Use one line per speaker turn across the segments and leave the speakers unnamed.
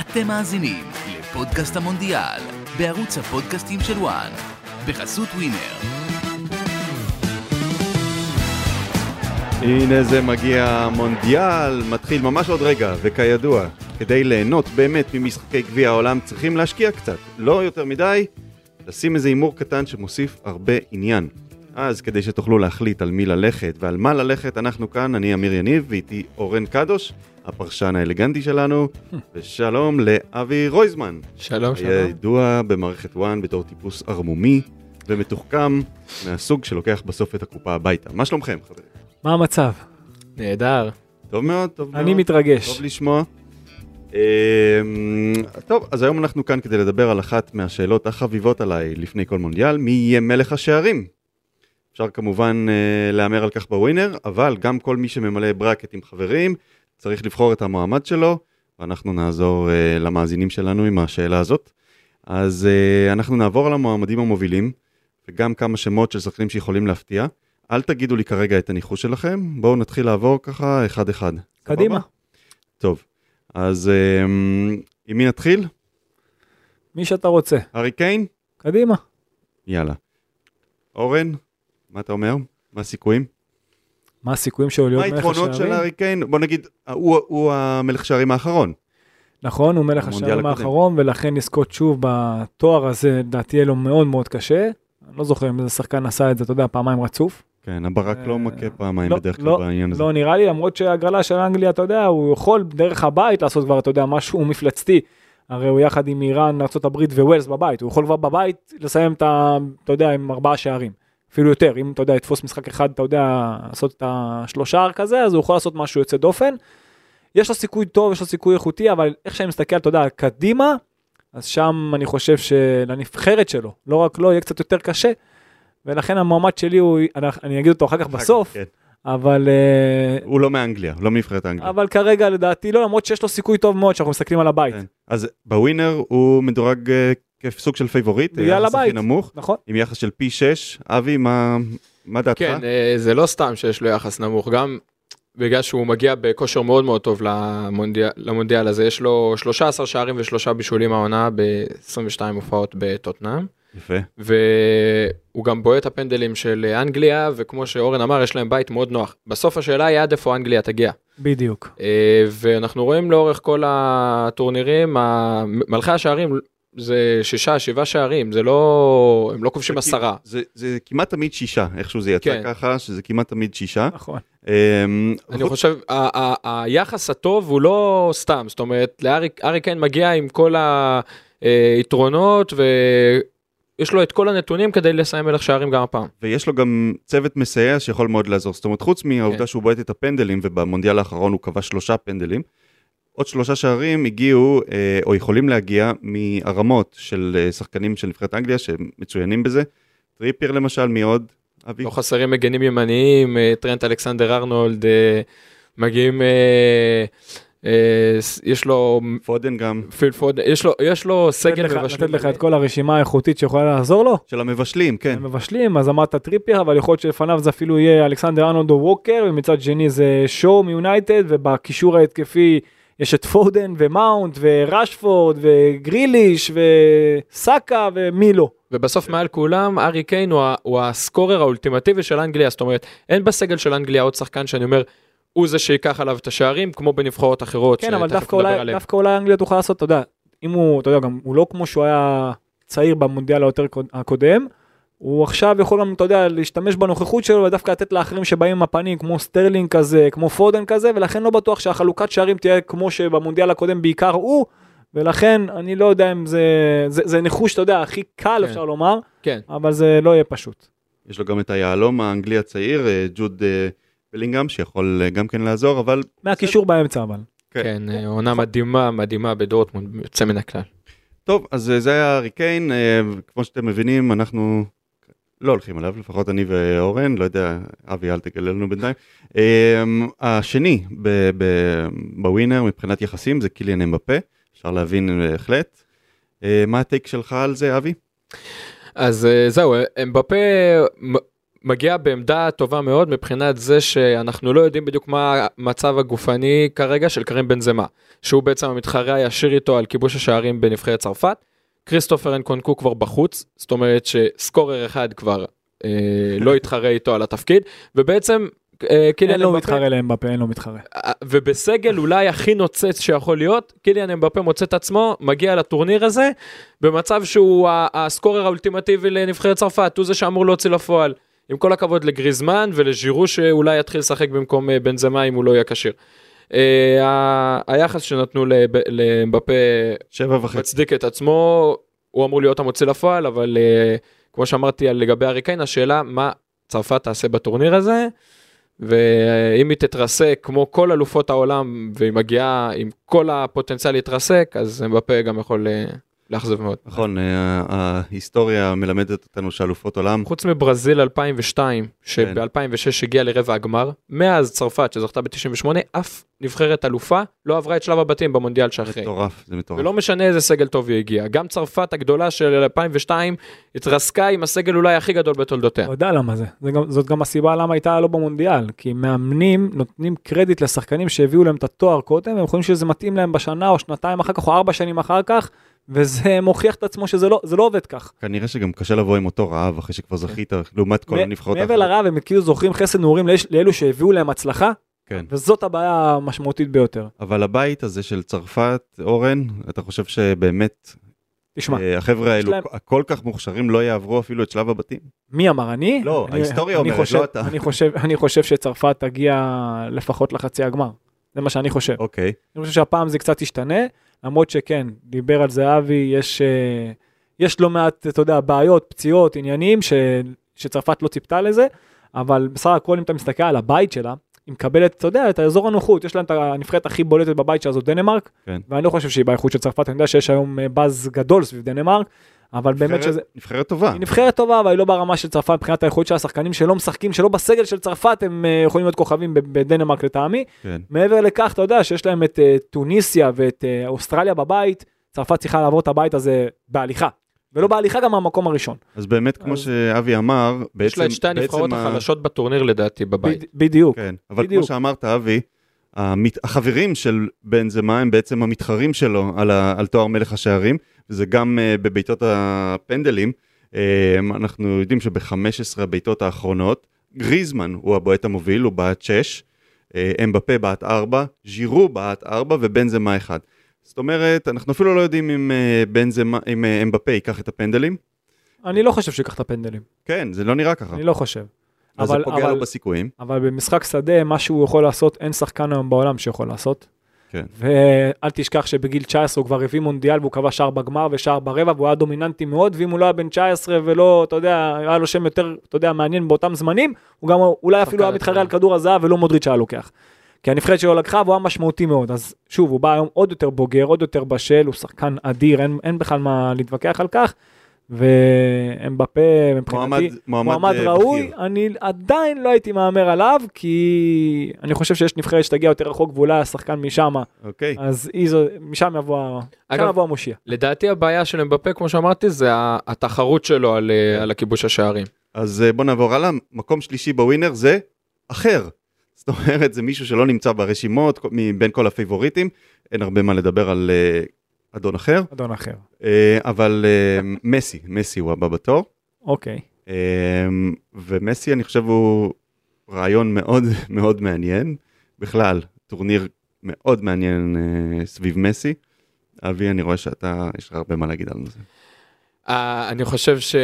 אתם מאזינים לפודקאסט המונדיאל, בערוץ הפודקאסטים של וואן, בחסות ווינר.
הנה זה מגיע המונדיאל, מתחיל ממש עוד רגע, וכידוע, כדי ליהנות באמת ממשחקי גביע העולם צריכים להשקיע קצת, לא יותר מדי, לשים איזה הימור קטן שמוסיף הרבה עניין. אז כדי שתוכלו להחליט על מי ללכת ועל מה ללכת, אנחנו כאן, אני אמיר יניב, ואיתי אורן קדוש, הפרשן האלגנטי שלנו, ושלום לאבי רויזמן,
שלום, שלום.
הידוע במערכת וואן בתור טיפוס ערמומי ומתוחכם, מהסוג שלוקח בסוף את הקופה הביתה. מה שלומכם, חברים?
מה המצב?
נהדר.
טוב מאוד, טוב מאוד.
אני מתרגש.
לא. טוב לשמוע. אמ, טוב, אז היום אנחנו כאן כדי לדבר על אחת מהשאלות החביבות עליי לפני כל מונדיאל, מי יהיה מלך השערים? אפשר כמובן אה, להמר על כך בווינר, אבל גם כל מי שממלא ברקט עם חברים צריך לבחור את המועמד שלו, ואנחנו נעזור אה, למאזינים שלנו עם השאלה הזאת. אז אה, אנחנו נעבור על המועמדים המובילים, וגם כמה שמות של שחקנים שיכולים להפתיע. אל תגידו לי כרגע את הניחוש שלכם, בואו נתחיל לעבור ככה אחד-אחד. סבבה?
קדימה.
טוב, אז אמ, עם מי נתחיל?
מי שאתה רוצה.
הארי קיין?
קדימה.
יאללה. אורן, מה אתה אומר? מה הסיכויים?
מה הסיכויים שלו
מה
להיות מלך השערים?
היתרונות של הארי קיין? בוא נגיד, הוא, הוא המלך שערים האחרון.
נכון, הוא מלך
במונדיאל
השערים
הקודם.
האחרון, ולכן לזכות שוב בתואר הזה, לדעתי יהיה לו מאוד מאוד קשה. אני לא זוכר אם איזה שחקן עשה את זה, אתה יודע, פעמיים רצוף.
כן, הברק
אה,
לא מכה פעמיים
לא,
בדרך כלל
לא,
בעניין הזה.
לא נראה לי, למרות שההגרלה של אנגליה, אתה יודע, הוא יכול דרך הבית לעשות כבר, אתה יודע, משהו מפלצתי. הרי הוא יחד עם איראן, ארה"ב וווילס בבית, הוא יכול כבר בבית לסיים את ה... אתה יודע, עם ארבעה שערים. אפילו יותר, אם אתה יודע, יתפוס משחק אחד, אתה יודע, לעשות את השלושה הר כזה, אז הוא יכול לעשות משהו יוצא דופן. יש לו סיכוי טוב, יש לו סיכוי איכותי, אבל איך שאני מסתכל, אתה יודע, קדימה, אז שם אני חושב שלנבחרת שלו, לא רק לו, יהיה קצת יותר קשה. ולכן המועמד שלי הוא, אני, אני אגיד אותו אחר כך
אחר כך,
בסוף,
כן.
אבל אה,
הוא לא מאנגליה, לא מנבחרת האנגליה.
אבל כרגע לדעתי לא, למרות שיש לו סיכוי טוב מאוד שאנחנו מסתכלים על הבית,
כן. אז בווינר הוא מדורג אה, כסוג של פייבוריט,
בגלל
היחס הכי
הבית.
נמוך,
נכון?
עם יחס של פי 6. אבי, מה, מה דעתך?
כן, אה, זה לא סתם שיש לו יחס נמוך, גם בגלל שהוא מגיע בכושר מאוד מאוד טוב למונדיאל, למונדיאל הזה, יש לו 13 שערים ושלושה בישולים העונה ב-22 הופעות בטוטנאם,
יפה.
והוא גם בועט הפנדלים של אנגליה, וכמו שאורן אמר, יש להם בית מאוד נוח. בסוף השאלה היא עד איפה אנגליה תגיע.
בדיוק.
אה, ואנחנו רואים לאורך כל הטורנירים, ה- מלכי השערים זה שישה, שבעה שערים, זה לא, הם לא כובשים
זה כי-
עשרה.
זה, זה כמעט תמיד שישה, איכשהו זה יצא
כן. אה.
ככה, שזה כמעט תמיד שישה.
נכון.
אמ,
אני
חוץ-
חושב, ה- ה- ה- היחס הטוב הוא לא סתם, זאת אומרת, לארי ארי קיין מגיע עם כל היתרונות ויש לו את כל הנתונים כדי לסיים מלך שערים גם הפעם.
ויש לו גם צוות מסייע שיכול מאוד לעזור. זאת אומרת, חוץ מהעובדה
כן.
שהוא בועט את הפנדלים, ובמונדיאל האחרון הוא כבש שלושה פנדלים, עוד שלושה שערים הגיעו, אה, או יכולים להגיע, מהרמות של אה, שחקנים של נבחרת אנגליה, שמצוינים בזה. טריפיר למשל, מי עוד? אבי?
לא חסרים מגנים ימניים, אה, טרנט אלכסנדר ארנולד, אה, מגיעים, אה, אה, ס- יש לו
פודן גם.
פיל פוד, יש לו, יש לו סגל
לתת לך-
מבשלים.
לתת לך את כל הרשימה האיכותית שיכולה לעזור לו.
של המבשלים, כן.
הם מבשלים, אז אמרת טריפר, אבל יכול להיות שלפניו זה אפילו יהיה אלכסנדר ארנולד או ווקר, ומצד שני זה שואו מיונייטד, ובקישור ההתקפי יש את פודן ומאונט וראשפורד וגריליש וסאקה ומי לא.
ובסוף מעל כולם, ארי קיין הוא, ה- הוא הסקורר האולטימטיבי של אנגליה, זאת אומרת, אין בסגל של אנגליה עוד שחקן שאני אומר, הוא זה שייקח עליו את השערים, כמו בנבחרות אחרות,
כן, אבל
שתכף
דווקא
נדבר
אולי,
עליהן.
דווקא אולי אנגליה תוכל לעשות, אתה יודע, אם הוא, אתה יודע, גם הוא לא כמו שהוא היה צעיר במונדיאל היותר קוד- הקודם, הוא עכשיו יכול גם, אתה יודע, להשתמש בנוכחות שלו ודווקא לתת לאחרים שבאים עם הפנים, כמו סטרלינג כזה, כמו פודן כזה, ולכן לא בטוח שהחלוקת שערים תהיה כמו שבמונדיאל הקודם בעיקר הוא, ולכן אני לא יודע אם זה, זה, זה ניחוש, אתה יודע, הכי קל
כן.
אפשר לומר,
כן,
אבל זה לא יהיה פשוט.
יש לו גם את היהלום האנגלי הצעיר, אה, ג'וד אה, בלינגהם, שיכול אה, גם כן לעזור, אבל
מהקישור באמצע אבל.
כן.
כן, אה, עונה מדהימה, מדהימה בדורטמונד, יוצא מן הכלל.
טוב, אז אה, זה היה הארי קיין, אה, כמו שאתם מבינים, אנחנו לא הולכים עליו, לפחות אני ואורן, לא יודע, אבי, אל תגלה לנו בינתיים. אה, השני ב- ב- בווינר מבחינת יחסים זה קיליאן אמבפה, אפשר להבין בהחלט. אה, מה הטייק שלך על זה, אבי?
אז אה, זהו, אמבפה מ- מגיע בעמדה טובה מאוד מבחינת זה שאנחנו לא יודעים בדיוק מה המצב הגופני כרגע של קרים בנזמה, שהוא בעצם המתחרה הישיר איתו על כיבוש השערים בנבחרת צרפת. כריסטופר אנקונקו כבר בחוץ, זאת אומרת שסקורר אחד כבר אה, לא יתחרה איתו על התפקיד, ובעצם אה, קיליאן
אין לו
אמבפה-
מתחרה לאמבפה, אין לו מתחרה.
ובסגל אולי הכי נוצץ שיכול להיות, קיליאן אמבפה מוצא את עצמו, מגיע לטורניר הזה, במצב שהוא ה- הסקורר האולטימטיבי לנבחרת צרפת, הוא זה שאמור להוציא לפועל. עם כל הכבוד לגריזמן ולז'ירו שאולי יתחיל לשחק במקום אה, בנזמה אם הוא לא יהיה כשיר. אה, ה- היחס שנתנו לב- לאמבפה
שבע וחצי.
כן. מצדיק את עצמו, הוא אמור להיות המוציא לפועל, אבל אה, כמו שאמרתי על- לגבי הארי קיין, השאלה מה צרפת תעשה בטורניר הזה, ואם היא תתרסק כמו כל אלופות העולם, והיא מגיעה עם כל הפוטנציאל להתרסק, אז אמבפה גם יכול אה, לאכזב מאוד.
נכון, אה, ההיסטוריה מלמדת אותנו שאלופות עולם,
חוץ מברזיל 2002, שב-2006 הגיעה לרבע הגמר, מאז צרפת שזכתה ב-98, אף נבחרת אלופה לא עברה את שלב הבתים במונדיאל שאחרי.
מטורף, זה מטורף.
ולא משנה איזה סגל טוב היא הגיעה. גם צרפת הגדולה של 2002 התרסקה עם הסגל אולי הכי גדול בתולדותיה.
כן.
אתה יודע למה זה. זה גם, זאת גם הסיבה למה הייתה לא במונדיאל. כי מאמנים נותנים קרדיט לשחקנים שהביאו להם את התואר קודם, הם חושבים שזה מתאים להם בשנה או שנתיים אחר כך או ארבע שנים אחר כך, וזה מוכיח את עצמו שזה לא, זה לא עובד כך.
כנראה שגם קשה לבוא עם אותו רעב אחרי שכבר זכית, לעומת כל
כן. מ-
הנבחרות
מעבר לרעב הם כאילו זוכרים חסד נעורים לאש- לאלו שהביאו להם הצלחה,
כן.
וזאת הבעיה המשמעותית ביותר.
אבל הבית הזה של צרפת, אורן, אתה חושב שבאמת
תשמע,
אה, החבר'ה האלו
להם-
הכל כך מוכשרים לא יעברו אפילו את שלב הבתים?
מי אמר אני?
לא,
אני-
ההיסטוריה
אני
אומרת,
חושב-
לא אתה.
אני חושב- אני חושב שצרפת תגיע לפחות לחצי הגמר. זה מה שאני חושב.
אוקיי.
אני חושב שהפעם זה קצת ישתנה, למרות שכן, דיבר על זה אבי, יש, אה, יש לא מעט, אתה יודע, בעיות, פציעות, עניינים, ש, שצרפת לא ציפתה לזה, אבל בסך הכל אם אתה מסתכל על הבית שלה, היא מקבלת, אתה יודע, את האזור הנוחות, יש להם את הנבחרת הכי בולטת בבית שלה, זו דנמרק,
כן.
ואני לא חושב שהיא באיכות של צרפת, אני יודע שיש היום אה, באז גדול סביב דנמרק, אבל באמת
נבחרת-
שזה...
נבחרת טובה.
היא נבחרת טובה, אבל היא לא ברמה של צרפת מבחינת האיכות של השחקנים שלא משחקים, שלא בסגל של צרפת, הם אה, יכולים להיות כוכבים ב- בדנמרק לטעמי.
כן.
מעבר לכך, אתה יודע שיש להם את אה, טוניסיה ואת אה, אוסטרליה בבית, צרפת צריכה לעבור את הבית הזה בהליכה. ולא בהליכה גם מהמקום הראשון.
אז באמת, כמו
אז-
שאבי אמר, בעצם...
יש לה את שתי הנבחרות
בעצם ה-
החלשות בטורניר לדעתי בבית.
בד- בדיוק.
כן, אבל כמו
בדיוק.
שאמרת, אבי, המת- החברים של בנזמה הם בעצם המתחרים שלו על ה- על תואר מלך השערים, וזה גם אה, בבעיטות הפנדלים. אה, אנחנו יודעים שב-15 הבעיטות האחרונות, גריזמן הוא הבועט המוביל, הוא בעט 6, אמבפה בעט 4, ז'ירו בעט 4 ובנזמה 1. זאת אומרת, אנחנו אפילו לא יודעים אם אה, בנזמה, אם אה, אמבפה ייקח את הפנדלים.
אני לא חושב שיקח את הפנדלים,
כן, זה לא נראה ככה.
אני לא חושב.
אז זה
אבל-
פוגע
אבל-
לו בסיכויים.
אבל במשחק שדה, מה שהוא יכול לעשות, אין שחקן היום בעולם שיכול לעשות.
כן.
ואל תשכח שבגיל 19 הוא כבר הביא מונדיאל והוא קבע שער בגמר ושער ברבע והוא היה דומיננטי מאוד, ואם הוא לא היה בן 19 ולא, אתה יודע, היה לו שם יותר, אתה יודע, מעניין באותם זמנים, הוא גם אולי אפילו היה
שחקן
מתחרה
יותר.
על כדור הזהב ולא מודריץ' היה לוקח. כי הנבחרת שלו לקחה והוא היה משמעותי מאוד, אז שוב, הוא בא היום עוד יותר בוגר, עוד יותר בשל, הוא שחקן אדיר, אין, אין בכלל מה להתווכח על כך, ואמבפה מבחינתי...
מועמד, מועמד,
מועמד
אה,
ראוי,
בכיר.
אני עדיין לא הייתי מהמר עליו, כי אני חושב שיש נבחרת שתגיע יותר רחוק ואולי השחקן משם,
אוקיי.
אז איזו, משם יבוא, ה- משם
אגב-
יבוא המושיע.
לדעתי הבעיה של אמבפה, כמו שאמרתי, זה ה- התחרות שלו על אה,
כן.
על הכיבוש השערים.
אז אה, בוא נעבור הלאה, מקום שלישי בווינר זה אחר. זאת אומרת, זה מישהו שלא נמצא ברשימות, כל- מבין כל הפייבוריטים, אין הרבה מה לדבר על אה, אדון אחר,
אדון אחר.
אה, אבל אה, מסי, מסי הוא הבא בתור,
אוקיי.
אה, ומסי אני חושב הוא רעיון מאוד מאוד מעניין, בכלל, טורניר מאוד מעניין אה, סביב מסי. אבי, אני רואה שאתה, יש לך הרבה מה להגיד על זה.
אה, אני חושב ש...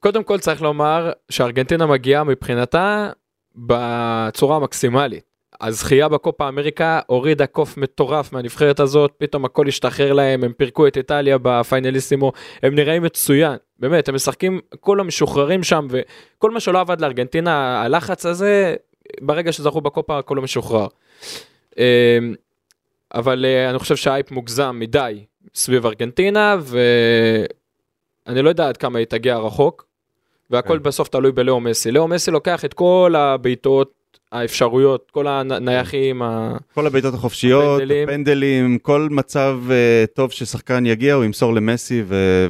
קודם כל צריך לומר שארגנטינה מגיעה מבחינתה בצורה המקסימלית. הזכייה בקופה אמריקה הורידה קוף מטורף מהנבחרת הזאת, פתאום הכל השתחרר להם, הם פירקו את איטליה בפיינליסימו, הם נראים מצוין, באמת, הם משחקים, כל המשוחררים שם, וכל מה שלא עבד לארגנטינה, הלחץ הזה, ברגע שזכו בקופה הכל לא משוחרר. אה, אבל אה, אני חושב שהאייפ מוגזם מדי סביב ארגנטינה, ואני לא יודע עד כמה היא תגיע רחוק, והכל
כן.
בסוף תלוי בלאו מסי. לאו מסי לוקח את כל הבעיטות, האפשרויות, כל הנייחים, ה...
כל הבעיטות החופשיות,
הפנדלים.
הפנדלים, הפנדלים כל מצב אה, uh, טוב ששחקן יגיע, הוא ימסור למסי ו-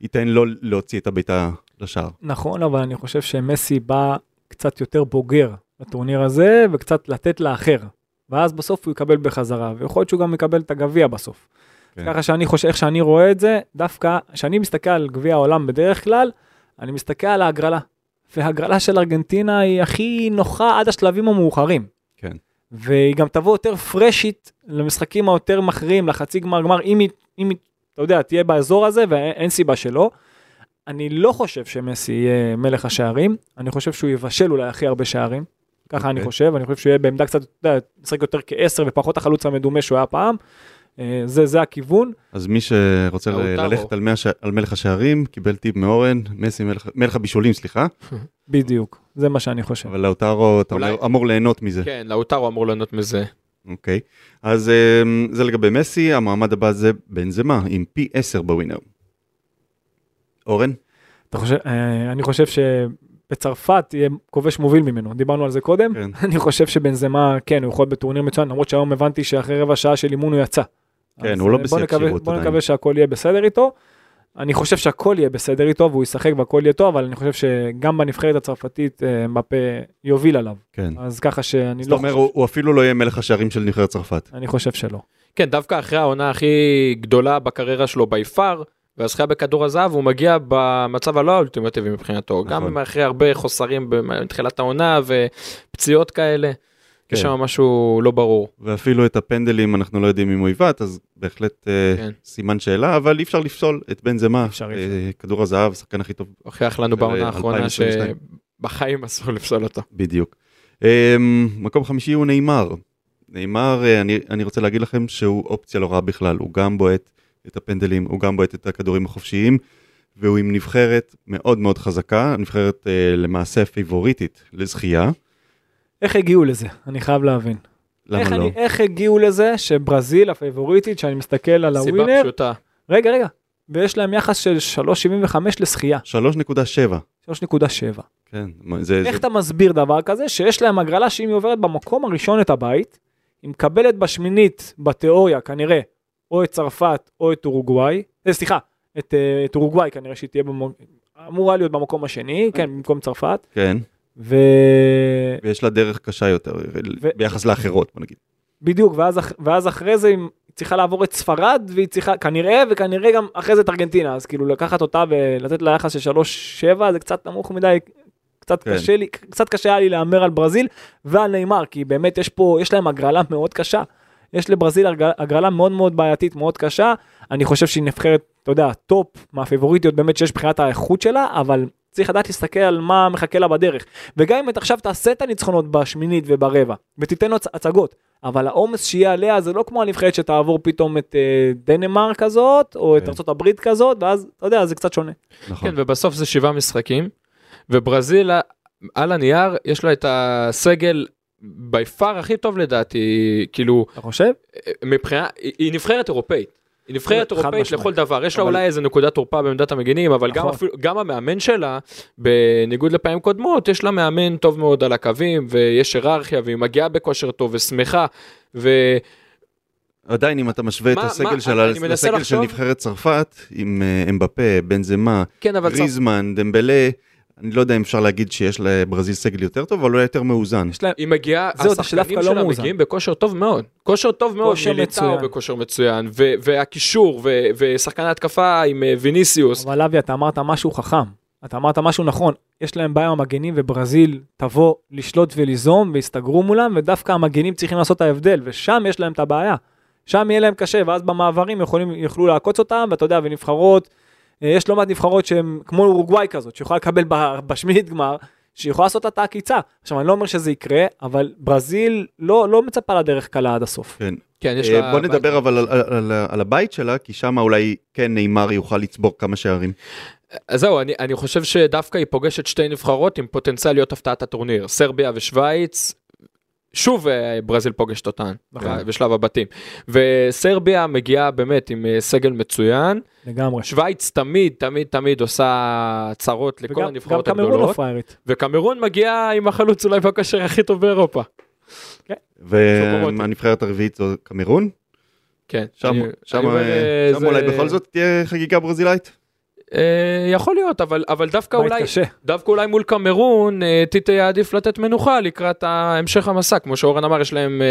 וייתן לו להוציא את הבעיטה לשער.
נכון, אבל אני חושב שמסי בא קצת יותר בוגר לטורניר הזה, וקצת לתת לאחר. ואז בסוף הוא יקבל בחזרה, ויכול להיות שהוא גם יקבל את הגביע בסוף.
כן.
כן. ככה שאני חושב, איך שאני רואה את זה, דווקא כשאני מסתכל על גביע העולם בדרך כלל, אני מסתכל על ההגרלה. וההגרלה של ארגנטינה היא הכי נוחה עד השלבים המאוחרים.
כן.
והיא גם תבוא יותר פרשית למשחקים היותר מכריעים, לחצי גמר גמר, אם היא, אם היא, אתה יודע, תהיה באזור הזה, ואין סיבה שלא. אני לא חושב שמסי יהיה מלך השערים, אני חושב שהוא יבשל אולי הכי הרבה שערים. ככה אני
אוקיי.
חושב, אני חושב שהוא יהיה בעמדה קצת, אתה יודע, משחק יותר כעשר ופחות החלוץ המדומה שהוא היה פעם. אה, זה, זה הכיוון.
אז מי שרוצה
לאוטרו.
ללכת על, מאה ש... על מלך השערים, קיבל טיפ מאורן, מסי מלך, מלך הבישולים, סליחה,
בדיוק, זה מה שאני חושב.
אבל לאוטרו אתה
אולי-
אומר, אמור ליהנות מזה.
כן, לאוטרו אמור ליהנות מזה.
אוקיי, אז אמ, זה לגבי מסי, המעמד הבא זה בנזמה, עם פי 10 בווינר. אורן?
אתה חושב, אה, אני חושב שבצרפת יהיה כובש מוביל ממנו, דיברנו על זה קודם.
כן.
אני חושב שבנזמה, כן, הוא יכול להיות בטורניר מצוין, למרות שהיום הבנתי שאחרי רבע שעה של אימון הוא יצא.
כן,
אז,
הוא לא
אה,
בשיא
בוא נקווה-
הכשירות
בוא
עדיין.
נקווה שהכל יהיה בסדר איתו. אני חושב שהכל יהיה בסדר איתו והוא ישחק והכל יהיה טוב, אבל אני חושב שגם בנבחרת הצרפתית אה, מפה יוביל עליו.
כן.
אז ככה שאני
זאת
לא
אומרת,
חושב,
הוא הוא אפילו לא יהיה מלך השערים של נבחרת צרפת.
אני חושב שלא.
כן, דווקא אחרי העונה הכי גדולה בקריירה שלו בי פאר, והזכייה בכדור הזהב, הוא מגיע במצב הלא אולטימטיבי מבחינתו.
נכון.
גם אחרי הרבה חוסרים מתחילת העונה ופציעות כאלה.
כן.
יש שם משהו לא ברור.
ואפילו את הפנדלים אנחנו לא יודעים אם הוא עיוות, אז בהחלט אה,
כן.
סימן שאלה, אבל אי אפשר לפסול את בנזמה,
אפשר,
אה,
אי
כדור הזהב, השחקן הכי טוב
הוכיח לנו
של
בעונה האחרונה
2022.
שבחיים אסור לפסול אותו.
בדיוק. אמ, מקום חמישי הוא נאמר. נאמר, אה, אני, אני רוצה להגיד לכם שהוא אופציה לא רעה בכלל, הוא גם בועט את הפנדלים, הוא גם בועט את הכדורים החופשיים, והוא עם נבחרת מאוד מאוד חזקה, נבחרת אה, למעשה פיבוריטית לזכייה.
איך הגיעו לזה? אני חייב להבין.
למה
איך,
לא?
אני, איך הגיעו לזה שברזיל הפייבוריטית, שאני מסתכל על
סיבה
הווינר,
פשוטה.
רגע, רגע, ויש להם יחס של 3.75 לשחייה,
3.7.
3.7.
כן, מה, זה,
איך
זה
אתה מסביר דבר כזה שיש להם הגרלה שאם היא עוברת במקום הראשון את הבית, היא מקבלת בשמינית בתיאוריה כנראה או את צרפת או את אורוגוואי, אה, סליחה, את, אה, את אורוגוואי כנראה שהיא תהיה במקום, אמורה להיות במקום השני, כן, במקום צרפת,
כן,
ובדיוק,
ויש לה דרך קשה יותר,
ו-
ביחס לאחרות, בוא נגיד.
ואז, אח- ואז אחרי זה היא צריכה לעבור את ספרד והיא צריכה, כנראה, וכנראה גם אחרי זה את ארגנטינה, אז כאילו לקחת אותה ולתת לה יחס של 3-7 זה קצת נמוך מדי, קצת
כן.
כן. קשה לי, קצת קשה היה לי להמר על ברזיל ועל נאמר, כי באמת יש פה, יש להם הגרלה מאוד קשה. יש לברזיל הגרלה- הגרלה מאוד מאוד בעייתית, מאוד קשה. אני חושב שהיא נבחרת, אתה יודע, טופ מהפיבוריטיות באמת שיש מבחינת האיכות שלה, אבל צריך לדעת להסתכל על מה מחכה לה בדרך. וגם אם את עכשיו תעשה את הניצחונות בשמינית וברבע, ותיתן לו הצ- הצגות, אבל העומס שיהיה עליה זה לא כמו הנבחרת שתעבור פתאום את אה, דנמרק כזאת, או את
כן.
ארה"ב כזאת, ואז, אתה יודע, זה קצת שונה.
נכון.
כן, ובסוף זה שבעה משחקים, וברזיל על הנייר יש לה את הסגל בי פאר הכי טוב לדעתי, כאילו,
אתה חושב?
מבחינה, היא היא נבחרת אירופאית. היא נבחרת
חד
אירופאית
משמעית.
לכל דבר, יש לה
אבל-
אולי איזה נקודת תורפה בעמדת המגינים, אבל גם
נכון.
אפילו, גם המאמן שלה, בניגוד לפעמים קודמות, יש לה מאמן טוב מאוד על הקווים, ויש היררכיה, והיא מגיעה בכושר טוב ושמחה, ו...
עדיין אם אתה משווה את
מה-
הסגל
מה-
שלה
אני מנסה
לסגל של
לחשוב-
נבחרת צרפת, עם אה, אמבפה, בנזמה,
כן, אבל צרפת-
גריזמן, דמבלה, אני לא יודע אם אפשר להגיד שיש לברזיל סגל יותר טוב, אבל אולי יותר מאוזן.
יש להם,
היא מגיעה,
זהו, זה
השחקנים
שדווקא לא
שלה
מאוזן.
מגיעים בכושר טוב מאוד. כושר טוב מאוד,
כושר
מיליטאו
מצוין.
בכושר מצוין, ו- והקישור, ו- ושחקן ההתקפה עם אה, ויניסיוס.
אבל אבי, אתה אמרת משהו חכם. אתה אמרת משהו נכון. יש להם בעיה עם המגנים, וברזיל תבוא לשלוט וליזום, ויסתגרו מולם, ודווקא המגנים צריכים לעשות את ההבדל, ושם יש להם את הבעיה. שם יהיה להם קשה, ואז במעברים יכולים, יוכלו לעקוץ אותם, ואתה יודע, ונבחרות, אה, יש לא מעט נבחרות שהן כמו אורוגוואי כזאת, שיכולה לקבל ב- בשמינית גמר, שיכולה לעשות לה את העקיצה. עכשיו, אני לא אומר שזה יקרה, אבל ברזיל לא, לא מצפה לדרך קלה עד הסוף.
כן.
כן, יש
אה,
לה...
בוא נדבר אבל על- על- על- על הבית שלה, כי שם אולי כן נאמר יוכל לצבור כמה שערים.
אז זהו, אני, אני חושב שדווקא היא פוגשת שתי נבחרות עם פוטנציאל להיות הפתעת הטורניר, סרביה ושווייץ. שוב אה, ברזיל פוגשת אותן אה,
נכון.
בשלב הבתים. וסרביה מגיעה באמת עם אה, סגל מצוין.
לגמרי.
שווייץ תמיד, תמיד, תמיד עושה צרות לכל
וגם גם
הנבחרות
קמרון לא
הגדולות.
פריירית.
וקמרון מגיעה עם החלוץ אולי בקשר הכי טוב באירופה. סופרוטי.
והנבחרת הרביעית זו קמרון,
כן.
שם
אני-
שם,
אני אומר,
אה,
אה,
שם
זה-
אולי בכל זאת תהיה חגיגה ברזילאית.
אה, יכול להיות, אבל, אבל דווקא
בית
אולי,
קשה.
דווקא אולי מול קמרון, אה, טיטה יעדיף לתת מנוחה לקראת המשך המסע, כמו שאורן אמר, יש להם אה,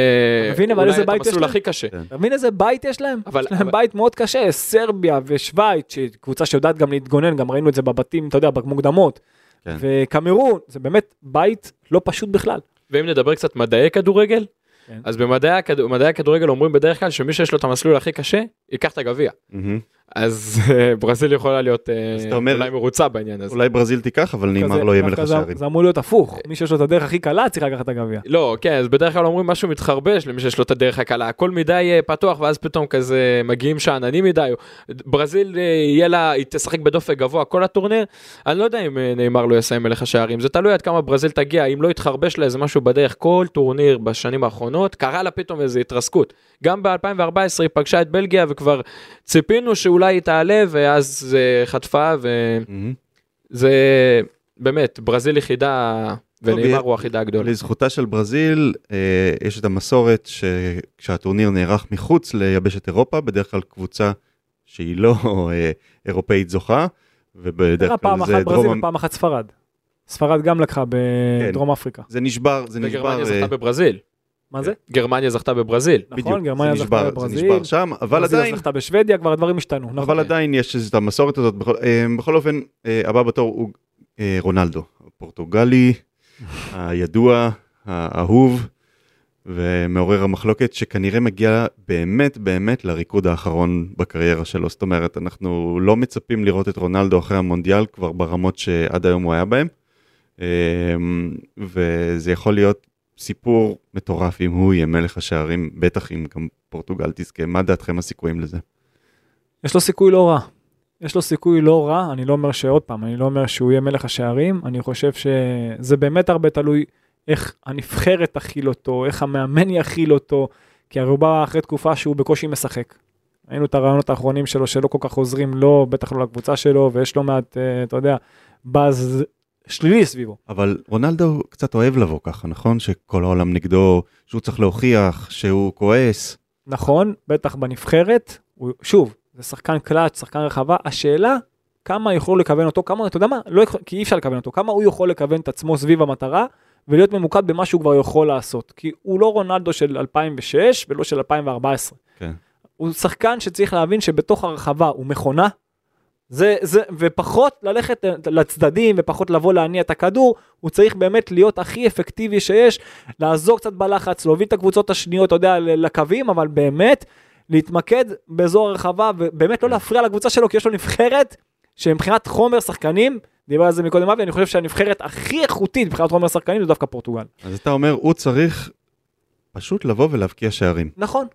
אתה מבין, אבל
אולי
איזה
את
בית יש
המסלול
להם?
הכי קשה.
כן.
אתה מבין איזה בית יש להם?
אבל-
יש להם
אבל-
בית מאוד קשה, סרביה ושווייץ, שהיא קבוצה שיודעת גם להתגונן, גם ראינו את זה בבתים, אתה יודע, במוקדמות.
כן.
וקמרון, זה באמת בית לא פשוט בכלל.
ואם נדבר קצת מדעי כדורגל,
כן.
אז במדעי הכד- מדעי הכדורגל אומרים בדרך כלל שמי שיש לו את המסלול הכי קשה, ייקח את הגביע.
מהמם.
אז אה, ברזיל יכולה להיות אה,
אז אתה אומר-
אולי מרוצה בעניין הזה.
אולי ברזיל תיקח, אבל נאמר
כזה,
לא יהיה מלך
דווקא זה-
השערים.
זה אמור להיות הפוך, מי שיש לו את הדרך הכי קלה צריך לקחת את הגביע.
לא, כן, אז בדרך כלל אומרים משהו מתחרבש למי שיש לו את הדרך הקלה, הכל מדי אה, פתוח ואז פתאום כזה מגיעים שאננים מדי, או- ברזיל אה, יהיה לה, היא תשחק בדופק גבוה כל הטורניר, אני לא יודע אם אה, נאמר לא יסיים מלך השערים, זה תלוי עד כמה ברזיל תגיע, אם לא יתחרבש לה איזה משהו בדרך, כל טורניר בשנים האחרונות, קרה לה פתאום איזו התרסקות, גם ב-2014 היא פגשה את בלגיה וכבר ציפינו שאולי היא תעלה ואז אה, חטפה
מהמם.
וזה באמת, ברזיל יחידה
טוב,
ונאמר
יהיה-
הוא החידה הגדולה.
לזכותה של ברזיל, אה, יש את המסורת שכשהטורניר נערך מחוץ ליבשת אירופה, בדרך כלל קבוצה שהיא לא אה, אירופאית זוכה, ובדרך
קרה
כלל
פעם
זה
אחת ברזיל
דרום... אמ-
ופעם אחת ספרד. ספרד גם לקחה
כן.
בדרום אפריקה.
זה נשבר, זה נשבר,
וגרמניה
אה,
זכתה בברזיל.
מה
כן.
זה?
גרמניה זכתה בברזיל.
בדיוק,
נכון, גרמניה
זה
זכתה
נשבר- זה
בברזיל.
נשבר שם, אבל
ברזיל
עדיין,
זכתה בשוודיה, כבר הדברים השתנו. נכון.
אבל עדיין יש איזו- את המסורת הזאת. בכל- אה, בכל אופן, אה, הבא בתור הוא אה, רונלדו, הפורטוגלי, הידוע, האהוב, ומעורר המחלוקת, שכנראה מגיע באמת באמת לריקוד האחרון בקריירה שלו. זאת אומרת, אנחנו לא מצפים לראות את רונלדו אחרי המונדיאל כבר ברמות שעד היום הוא היה בהן, אה, וזה יכול להיות סיפור מטורף אם הוא יהיה מלך השערים, בטח אם גם פורטוגל תזכה. מה דעתכם הסיכויים לזה?
יש לו סיכוי לא רע. יש לו סיכוי לא רע, אני לא אומר שעוד פעם, אני לא אומר שהוא יהיה מלך השערים, אני חושב שזה באמת הרבה תלוי איך הנבחרת תכיל אותו, איך המאמן יכיל אותו, כי הרי הוא בא אחרי תקופה שהוא בקושי משחק. ראינו את הרעיונות האחרונים שלו שלא כל כך עוזרים לו, בטח לא לקבוצה שלו, ויש לא מעט, אה, אתה יודע, באז שלילי סביבו.
אבל רונלדו קצת אוהב לבוא ככה, נכון? שכל העולם נגדו, שהוא צריך להוכיח, שהוא כועס.
נכון, בטח בנבחרת, הוא, שוב, זה שחקן קלאץ', שחקן רחבה, השאלה כמה יוכלו לכוון אותו, כמה, אתה יודע מה, לא, יכול- כי אי אפשר לכוון אותו, כמה הוא יכול לכוון את עצמו סביב המטרה ולהיות ממוקד במה שהוא כבר יכול לעשות, כי הוא לא רונלדו של 2006 ולא של 2014.
כן.
הוא שחקן שצריך להבין שבתוך הרחבה הוא מכונה, זה, זה, ופחות ללכת אה, לצדדים ופחות לבוא להניע את הכדור, הוא צריך באמת להיות הכי אפקטיבי שיש, לעזור קצת בלחץ, להוביל את הקבוצות השניות, אתה יודע, ל- לקווים, אבל באמת להתמקד באזור הרחבה, ובאמת לא להפריע לקבוצה שלו, כי יש לו נבחרת שמבחינת חומר שחקנים, דיבר על זה מקודם אבי, אני חושב שהנבחרת הכי איכותית מבחינת חומר שחקנים זה דווקא פורטוגל.
אז אתה אומר, הוא צריך פשוט לבוא ולהבקיע שערים.
נכון.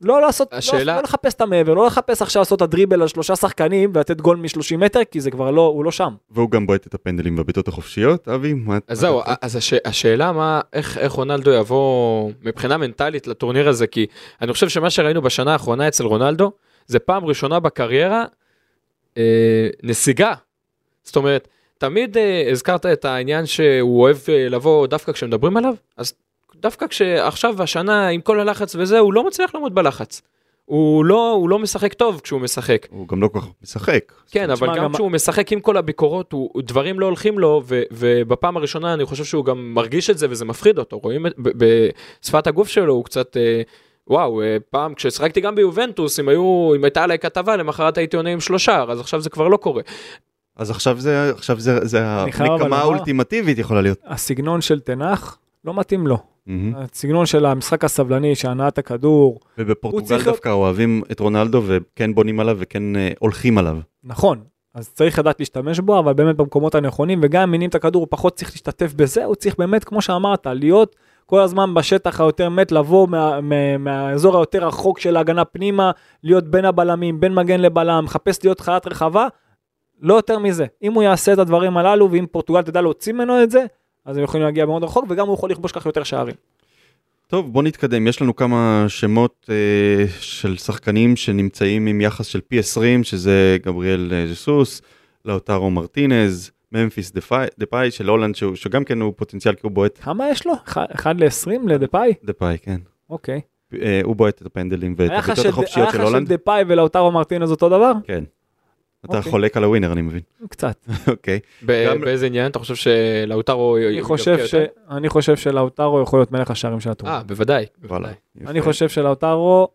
לא לעשות, השאלה...
השאלה-
לא, לא לחפש את המעבר, לא לחפש עכשיו לעשות את הדריבל על שלושה שחקנים ולתת גול מ-30 מטר, כי זה כבר לא, הוא לא שם.
והוא גם בועט את הפנדלים והבעיטות החופשיות, אבי? מה...
אז
מה
זהו,
אתה-
אז הש, השאלה מה, איך, איך רונלדו יבוא מבחינה מנטלית לטורניר הזה, כי אני חושב שמה שראינו בשנה האחרונה אצל רונלדו, זה פעם ראשונה בקריירה אה, נסיגה. זאת אומרת, תמיד אה, הזכרת את העניין שהוא אוהב אה, לבוא דווקא כשמדברים עליו, אז דווקא כשעכשיו השנה עם כל הלחץ וזה, הוא לא מצליח לעמוד בלחץ. הוא לא, הוא לא משחק טוב כשהוא משחק.
הוא גם לא כל כך משחק.
כן,
תשמע,
אבל גם
גם-
כשהוא משחק עם כל הביקורות, הוא- הוא- דברים לא הולכים לו, ו- ובפעם הראשונה אני חושב שהוא גם מרגיש את זה וזה מפחיד אותו, רואים את- ב- בשפת הגוף שלו, הוא קצת, אה, וואו, אה, פעם כששחקתי גם ביובנטוס, אם היו, אם הייתה עליי כתבה, למחרת הייתי עונה עם שלושה, אז עכשיו זה כבר לא קורה.
אז עכשיו זה, עכשיו זה, זה
אני חייב אבל לא-
הנקמה
לומר-
האולטימטיבית יכולה להיות.
הסגנון של תנח לא מתאים לו.
מהמם.
הסגנון של המשחק הסבלני, שהנעת הכדור, הוא
ובפורטוגל
צריך להיות-
דווקא אוהבים את רונלדו וכן בונים עליו וכן אה, הולכים עליו.
נכון, אז צריך לדעת להשתמש בו, אבל באמת במקומות הנכונים, וגם אם מניעים את הכדור, הוא פחות צריך להשתתף בזה, הוא צריך באמת, כמו שאמרת, להיות כל הזמן בשטח היותר מת, לבוא מה, מה, מהאזור היותר רחוק של ההגנה פנימה, להיות בין הבלמים, בין מגן לבלם, מחפש להיות חיית רחבה, לא יותר מזה. אם הוא יעשה את הדברים הללו, ואם פורטוגל תדע להוציא ממנו את זה, אז הם יכולים להגיע מאוד רחוק, וגם הוא יכול לכבוש ככה יותר שערים.
טוב, בוא נתקדם. יש לנו כמה שמות אה, של שחקנים שנמצאים עם יחס של פי 20, שזה גבריאל אה, ז'סוס, לאוטרו מרטינז, ממפיס דפאי- דפאי של הולנד, שהוא, שגם כן הוא פוטנציאל כי הוא בועט,
כמה יש לו? 1 ל-20 לדפאי?
דפאי, כן.
אוקיי.
אה, הוא בועט את הפנדלים ואת
היחס
הבעיטות
של-
החופשיות של
היחס של
הולנד.
דפאי ולאוטרו מרטינז אותו דבר?
כן. אתה
אוקיי.
חולק על הווינר, אני מבין.
קצת.
אוקיי.
ב-
גם-
באיזה עניין? אתה חושב שלאוטרו...
אני חושב ש- אני חושב שלאוטרו יכול להיות מלך השערים של הטורניר.
אה, בוודאי.
וואלה.
בוודאי.
אה, יפה.
אני חושב שלאוטרו,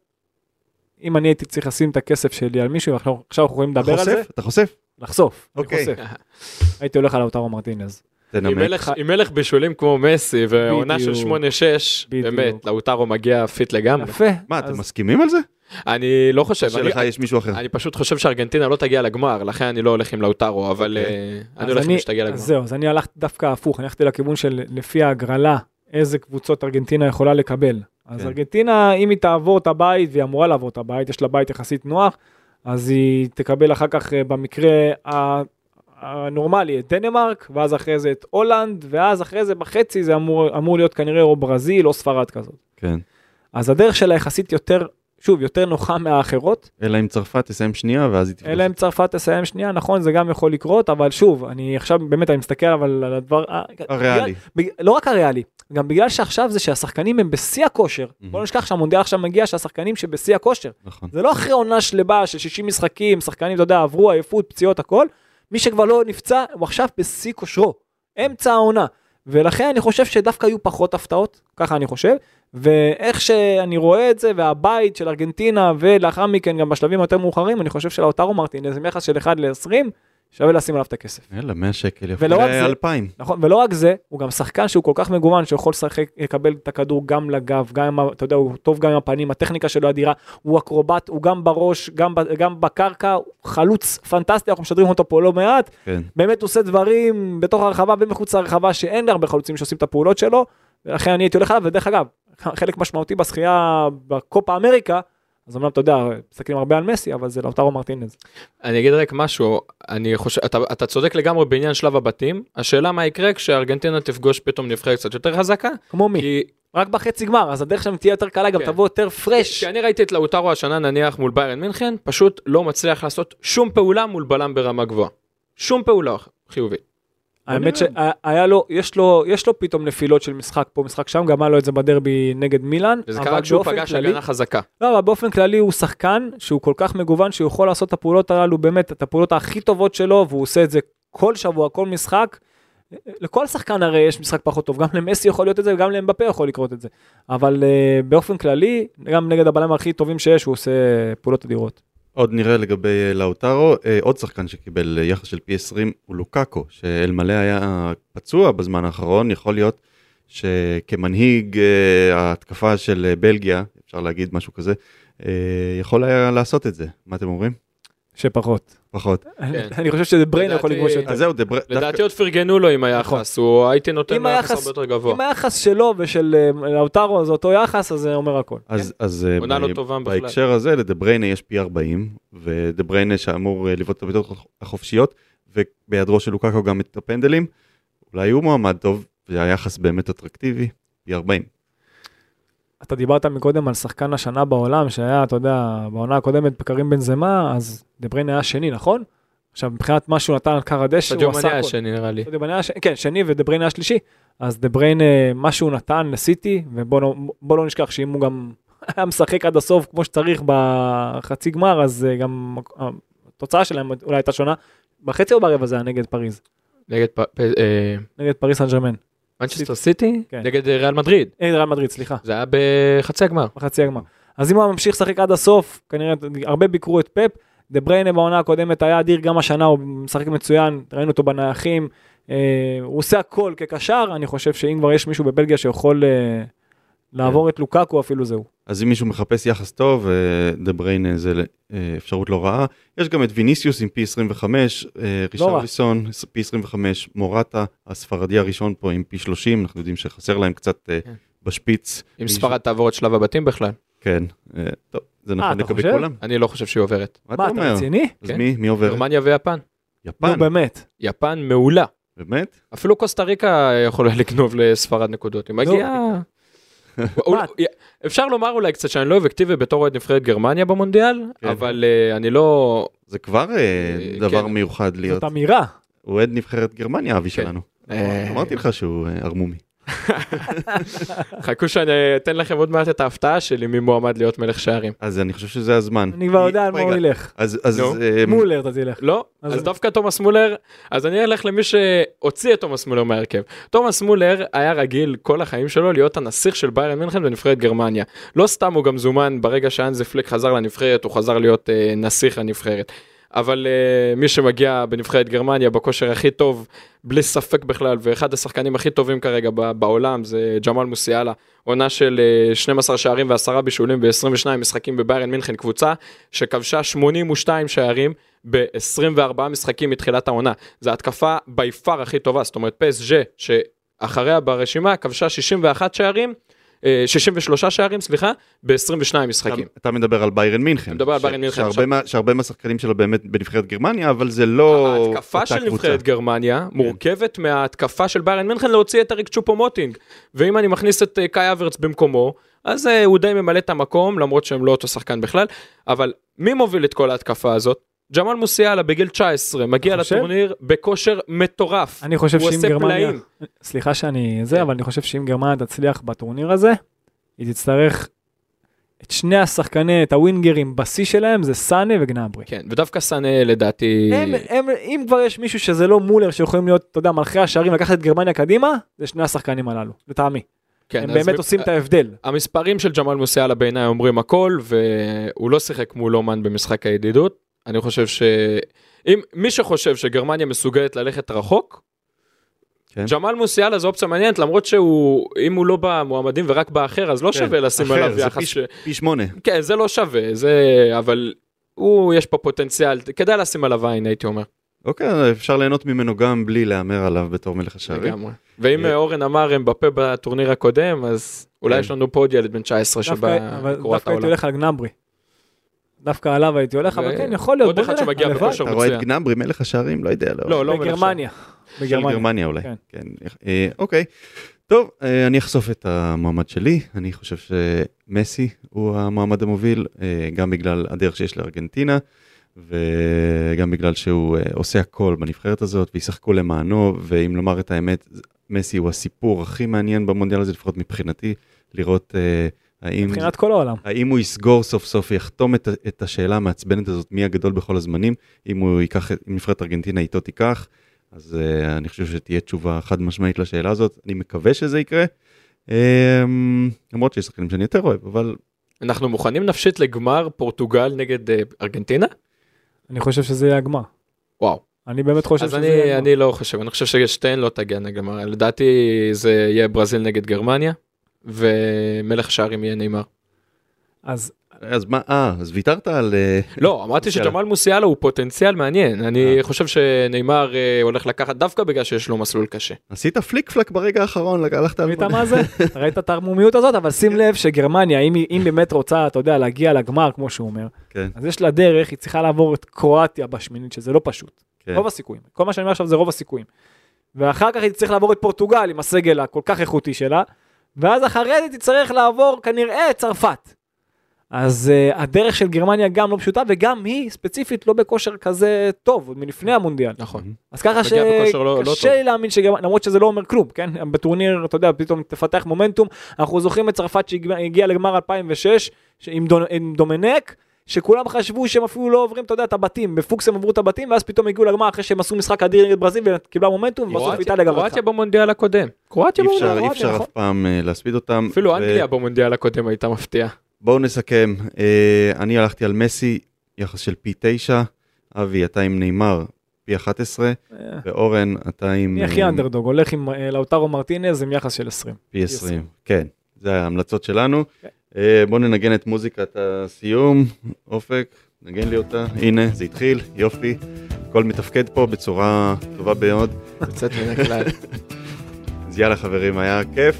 אם אני הייתי צריך לשים את הכסף שלי על מישהו, אנחנו- עכשיו אנחנו יכולים
אתה
לדבר על זה,
חושף? אתה חושף?
לחשוף. אני
אוקיי.
חושף. הייתי הולך על לאוטרו מרטינז.
עם
תנמק.
מלך- עם מלך בישולים כמו מסי ועונה של
בדיוק.
8-6,
בדיוק.
באמת, לאוטרו מגיע פיט לגמרי.
יפה.
מה, אתם
אז-
מסכימים על זה?
אני לא חושב, אני-
שלך יש מישהו אחר.
אני פשוט חושב שארגנטינה לא תגיע לגמר, לכן אני לא הולך עם לאוטרו, אבל
אוקיי.
אה,
אז
אני הולך עם שתגיע
אז
לגמר.
זהו, אז אני הלכתי דווקא הפוך, אני הלכתי לכיוון של לפי ההגרלה, איזה קבוצות ארגנטינה יכולה לקבל. אז
כן.
ארגנטינה, אם היא תעבור את הבית, והיא אמורה לעבור את הבית, יש לה בית יחסית נוח, אז היא תקבל אחר כך אה, במקרה ה- הנורמלי את דנמרק, ואז אחרי זה את הולנד, ואז אחרי זה בחצי זה אמור, אמור להיות כנראה או ברזיל או ספרד כזאת.
כן.
אז הדרך שלה יחסית יותר, שוב, יותר נוחה מהאחרות,
אלא אם צרפת תסיים שנייה ואז היא תפגוש.
אלא אם צרפת תסיים שנייה, נכון, זה גם יכול לקרות, אבל שוב, אני עכשיו, באמת, אני מסתכל אבל על הדבר... אה,
הריאלי.
בגלל, בג- לא רק הריאלי, גם בגלל שעכשיו זה שהשחקנים הם בשיא הכושר.
מהמם.
בוא לא נשכח שהמונדיאל עכשיו מגיע שהשחקנים שבשיא הכושר.
נכון.
זה לא אחרי עונה שלמה של 60 משחקים, שחקנים, אתה יודע, עברו עייפות, פציעות, הכל. מי שכבר לא נפצע, הוא עכשיו בשיא כושרו. אמצע העונה. ולכן אני חושב שדווקא יהיו פחות הפתעות, ככה אני חושב. ואיך שאני רואה את זה, והבית של ארגנטינה, ולאחר מכן גם בשלבים היותר מאוחרים, אני חושב שלאוטרו מרטינז, עם יחס של 1 ל-20, שווה לשים עליו את הכסף.
אלא 100 שקל יפה.
ולא רק זה.
2,000.
נכון, ולא רק זה, הוא גם שחקן שהוא כל כך מגוון, שיכול לשחק, לקבל את הכדור גם לגב, גם עם, ה- אתה יודע, הוא טוב גם עם הפנים, הטכניקה שלו אדירה, הוא אקרובט, הוא גם בראש, גם, ב- גם בקרקע, הוא חלוץ פנטסטי, אנחנו משדרים אותו פה לא מעט,
כן.
באמת הוא עושה דברים בתוך הרחבה ומחוץ לרחבה, שאין הרבה חלוצים שעושים את הפעולות שלו, ולכן אני הייתי הולך עליו, ודרך אגב, חלק משמעותי בשחייה בקופה אמריקה, אז אמנם אתה יודע, מסתכלים הרבה על מסי, אבל זה לאוטרו מרטינז.
אני אגיד רק משהו, אני חושב, אתה, אתה צודק לגמרי בעניין שלב הבתים, השאלה מה יקרה כשארגנטינה תפגוש פתאום נבחרת קצת יותר חזקה,
כמו מי?
כי,
רק בחצי גמר, אז הדרך שם תהיה יותר קלה, גם
כן.
תבוא יותר פרש.
כי אני ראיתי את לאוטרו השנה נניח מול ביירן מינכן, פשוט לא מצליח לעשות שום פעולה מול בלם ברמה גבוהה. שום פעולה חיובית.
האמת שהיה לו, יש לו, יש לו פתאום נפילות של משחק פה, משחק שם, גם היה לו את זה בדרבי נגד מילאן,
וזה
אבל
קרה כשהוא
באופן
פגש
כללי-
הגנה חזקה.
לא, אבל באופן כללי הוא שחקן שהוא כל כך מגוון, שהוא יכול לעשות את הפעולות הללו, באמת, את הפעולות הכי טובות שלו, והוא עושה את זה כל שבוע, כל משחק. לכל שחקן הרי יש משחק פחות טוב, גם למסי יכול להיות את זה וגם לאמבפה יכול לקרות את זה. אבל uh, באופן כללי, גם נגד הבלמים הכי טובים שיש, הוא עושה פעולות אדירות.
עוד נראה לגבי אה, לאוטרו, אה, עוד שחקן שקיבל אה, יחס של פי 20 הוא לוקאקו, שאלמלא היה פצוע בזמן האחרון, יכול להיות שכמנהיג אה, ההתקפה של אה, בלגיה, אפשר להגיד משהו כזה, אה, יכול היה לעשות את זה. מה אתם אומרים?
שפחות.
פחות.
אני חושב שבריינה יכול
כן. לדעתי-
לגבוש יותר.
אז זהו, דברי...
לדעתי עוד פרגנו לו עם היחס, הוא הייתי נותן
עם
לו יחס
היחס-
הרבה יותר גבוה.
נכון. אם היחס שלו ושל אה, לאוטרו זה אותו יחס, אז זה אומר הכל.
אז, אז אה,
עונה
ב-
לא טובה בכלל.
בהקשר הזה לדבריינה יש פי 40 ודבריינה שאמור אה, לבעוט את הבעיטות החופשיות ובהיעדרו של לוקאקו גם את הפנדלים. אולי הוא מועמד טוב והיחס באמת אטרקטיבי פי 40.
אתה דיברת מקודם על שחקן השנה בעולם שהיה, אתה יודע, בעונה הקודמת בקרים בן זמה, אז דבריין היה שני, נכון? עכשיו, מבחינת מה שהוא נתן על קר הדשא, הוא
סטדיומניה
עשה הכל.
השני נראה לי.
סטודיו מניה הש- כן, שני ודבריין היה שלישי. אז דבריין, אה, מה שהוא נתן לסיטי, ובוא לא- בוא לא נשכח שאם הוא גם היה משחק עד הסוף כמו שצריך בחצי גמר, אז אה, גם התוצאה שלהם אולי הייתה שונה. בחצי או ברבע זה היה נגד פריז,
נגד פ- פ- אה,
נגד פריז סן ג'רמן.
מנצ'סטר סיטי?
כן.
נגד אה, ריאל מדריד.
נגד ריאל מדריד, סליחה.
זה היה בחצי הגמר.
בחצי הגמר. אז אם הוא היה ממשיך לשחק עד הסוף, כנראה הרבה ביקרו את פפ. דה בריינה בעונה הקודמת היה אדיר, גם השנה הוא משחק מצוין, ראינו אותו בנייחים. אה, הוא עושה הכל כקשר, אני חושב שאם כבר יש מישהו בבלגיה שיכול אה, לעבור את לוקקו אפילו זהו.
אז אם מישהו מחפש יחס טוב, אה, דבריינה זה אה, אפשרות לא רעה. יש גם את ויניסיוס עם פי 25, אה,
לא רע.
רישרליסון פי 25, מורטה הספרדי הראשון פה עם פי 30, אנחנו יודעים שחסר להם קצת אה,
כן.
בשפיץ.
אם ספרד תעבור את שלב הבתים בכלל,
כן, אה, טוב, זה נכון
אתה
לגבי
חושב?
כולם.
אני לא חושב שהיא עוברת.
מה אתה
מה, אתה
אומר?
רציני?
אז
כן.
מי? מי עובר?
גרמניה ויפן.
נו
יפן,
באמת.
יפן מעולה.
באמת?
אפילו קוסטה ריקה יכולה לגנוב לספרד נקודות. היא מגיעה... אול-
מה?
אפשר לומר אולי קצת שאני לא אובייקטיבי בתור אוהד נבחרת גרמניה במונדיאל,
כן.
אבל אה, אני לא...
זה כבר אה,
אה,
דבר
כן.
מיוחד להיות.
זאת אמירה.
הוא אוהד נבחרת גרמניה, אבי שלנו.
אה,
אמרתי לך שהוא אה, ערמומי.
חכו שאני אתן לכם עוד מעט את ההפתעה שלי מי מועמד להיות מלך שערים.
אז אני חושב שזה הזמן.
אני כבר יודע על מה הוא
רגע,
ילך.
אז, אז,
נו.
אמ,
מולר אתה תלך.
לא?
אז-
אז דווקא תומאס מולר, אז אני אלך למי שהוציא את תומאס מולר מהרכב. תומאס מולר היה רגיל כל החיים שלו להיות הנסיך של ביירן מינכן בנבחרת גרמניה. לא סתם הוא גם זומן ברגע שאנזה פליק חזר לנבחרת, הוא חזר להיות אה, נסיך הנבחרת. אבל אה, מי שמגיע בנבחרת גרמניה בכושר הכי טוב, בלי ספק בכלל, ואחד השחקנים הכי טובים כרגע ב- בעולם זה ג'מאל מוסיאלה. עונה של אה, 12 שערים ועשרה בישולים ב-22 משחקים בביירן מינכן, קבוצה שכבשה 82 שערים ב-24 משחקים מתחילת העונה. זו התקפה בי פאר הכי טובה, זאת אומרת פסג'ה, שאחריה ברשימה, כבשה 61 שערים, אה, 63 שערים, סליחה, ב-22
אתה,
משחקים.
אתה מדבר על ביירן מינכן.
אני מדבר על ביירן מינכן
שהרבה,
עכשיו.
מה, שהרבה מהשחקנים שלו באמת בנבחרת גרמניה, אבל זה לא
אה, ההתקפה של נבחרת גרמניה
כן.
מורכבת מההתקפה של ביירן מינכן להוציא את אריק צ'ופו מוטינג. ואם אני מכניס את אה, קאי אברץ במקומו, אז אה, הוא די ממלא את המקום, למרות שהם לא אותו שחקן בכלל. אבל מי מוביל את כל ההתקפה הזאת? ג'מאל מוסיאלה בגיל 19 מגיע
אתה חושב?
לטורניר בכושר מטורף.
אני חושב
הוא
שאם
עושה
גרמניה,
פלאים.
סליחה שאני
כן.
זה, אבל אני חושב שאם גרמניה תצליח בטורניר הזה, היא תצטרך את שני השחקני, את הווינגרים בשיא שלהם, זה סאנה וגנברי.
כן, ודווקא סאנה לדעתי...
הם, הם, אם כבר יש מישהו שזה לא מולר שיכולים להיות, אתה יודע, מלכי השערים לקחת את גרמניה קדימה, זה שני השחקנים הללו, לטעמי.
כן,
הם
אז
באמת
מ-
עושים את ההבדל.
המספרים של ג'מאל מוסיאלה בעיניי אומרים הכל, והוא לא שיחק מול אומן במשחק הידידות. אני חושב ש... אם מי שחושב שגרמניה מסוגלת ללכת רחוק,
כן.
ג'מאל מוסיאלה זו אופציה מעניינת, למרות שהוא, אם הוא לא במועמדים ורק באחר, אז לא
כן,
שווה לשים
אחר,
עליו
זה
יחס
פיש-
ש...
פי שמונה.
כן, זה לא שווה, זה... אבל הוא, יש פה פוטנציאל, כדאי לשים עליו עין, הייתי אומר.
אוקיי, אפשר ליהנות ממנו גם בלי להמר עליו בתור מלך השערים.
לגמרי. ואם
אה,
אורן אמר הם בפה בטורניר הקודם, אז אולי
כן.
יש לנו פה עוד ילד בן 19
דווקא,
שבא
אבל
לקרואת
דווקא הייתי
העולם.
הולך על גנברי. דווקא עליו הייתי הולך, אבל
ו-
כן, יכול להיות,
עוד
בוא
אחד
נראה,
שמגיע
הלוואי.
בכושר.
אתה רואה את
מצוין.
גנברי מלך השערים? לא יודע.
לא, לא מלך
בגרמניה.
של
בגרמניה.
גרמניה אולי.
כן.
כן. אה, אוקיי. טוב, אה, אני אחשוף את המועמד שלי. אני חושב שמסי הוא המועמד המוביל, אה, גם בגלל הדרך שיש לארגנטינה, וגם בגלל שהוא אה, עושה הכל בנבחרת הזאת, וישחקו למענו, ואם לומר את האמת, מסי הוא הסיפור הכי מעניין במונדיאל הזה, לפחות מבחינתי, לראות אה, האם...
מבחינת כל העולם.
האם הוא יסגור סוף סוף, יחתום את, את השאלה המעצבנת הזאת, מי הגדול בכל הזמנים, אם הוא ייקח, את- אם נבחרת ארגנטינה איתו תיקח, אז uh, אני חושב שתהיה תשובה חד משמעית לשאלה הזאת, אני מקווה שזה יקרה. Um, למרות שיש שחקנים שאני יותר אוהב, אבל
אנחנו מוכנים נפשית לגמר פורטוגל נגד אה, ארגנטינה?
אני חושב שזה יהיה הגמר.
וואו.
אני באמת חושב
אז
שזה יהיה
אני,
הגמר.
אני לא חושב, אני חושב ששתיהן לא תגענה לגמר. לדעתי זה יהיה ברזיל נגד גרמניה, ומלך שערים יהיה נאמר.
אז
אז מה, אה, אז ויתרת על... אה,
לא, אמרתי
מוסיאלה.
שג'מאל מוסיאלה הוא פוטנציאל מעניין. אני
אה.
חושב שנאמר אה, הולך לקחת דווקא בגלל שיש לו מסלול קשה.
עשית פליק פלק ברגע האחרון, הלכת על...
ראית מה זה? אתה ראית את הערמומיות הזאת? אבל שים לב שגרמניה, אם היא אם באמת רוצה, אתה יודע, להגיע לגמר, כמו שהוא אומר,
כן,
אז יש לה דרך, היא צריכה לעבור את קרואטיה בשמינית, שזה לא פשוט.
כן.
רוב הסיכויים. כל מה שאני אומר עכשיו זה רוב הסיכויים. ואחר כך היא תצטרך לעבור את פורטוגל עם הסגל הכל כך איכותי שלה, ואז אחרי זה תצטרך לעבור כנראה את צרפת. אז uh, הדרך של גרמניה גם לא פשוטה, וגם היא ספציפית לא בכושר כזה טוב, עוד מלפני המונדיאל.
נכון.
אז ככה
מגיע בכושר לא- לא
שקשה
טוב.
לי להאמין שגרמניה, למרות שזה לא אומר כלום, כן? בטורניר, אתה יודע, פתאום תפתח מומנטום. אנחנו זוכרים את צרפת שהגיעה לגמר 2006 ש- עם, דונ... עם דומנק, שכולם חשבו שהם אפילו לא עוברים, אתה יודע, את הבתים. בפוקס הם עברו את הבתים, ואז פתאום הגיעו לגמר אחרי שהם עשו משחק אדיר נגד ברזיל וקיבלה מומנטום, ובסוף
קרואטיה-
איטליה גמרה.
קרואטיה במונדיאל הקודם. קרואטיה
אי אפשר,
במונדיאל.
אי
נכון,
אפשר
נכון.
אף פעם אה, להספיד אותם.
אפילו
ו-
אנגליה במונדיאל הקודם הייתה מפתיעה.
בואו נסכם, אה, אני הלכתי על מסי, יחס של פי תשע, אבי, אתה עם נאמר, פי 11, ואורן, אתה עם
אני הכי
אה,
אנדרדוג, הולך עם אה, לאוטרו מרטינז עם יחס של 20.
פי 20. כן, זה ההמלצות שלנו.
כן.
אה, בואו ננגן את מוזיקת הסיום, אופק, נגן לי אותה, הנה, זה התחיל, יופי, הכל מתפקד פה בצורה טובה מאוד.
יוצאת מן הכלל.
אז יאללה חברים, היה כיף,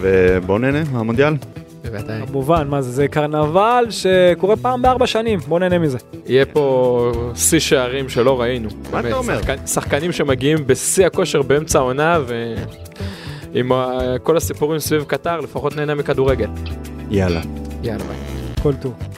ובואו נהנה מהמונדיאל.
בוודאי.
כמובן, מה זה, זה קרנבל שקורה פעם בארבע שנים, בוא נהנה מזה.
יהיה פה שיא שערים שלא ראינו.
מה אתה
באמת,
אומר?
שחקן- שחקנים שמגיעים בשיא הכושר באמצע העונה, ועם ה- כל הסיפורים סביב קטר, לפחות נהנה מכדורגל.
יאללה.
יאללה ביי.
כל טוב.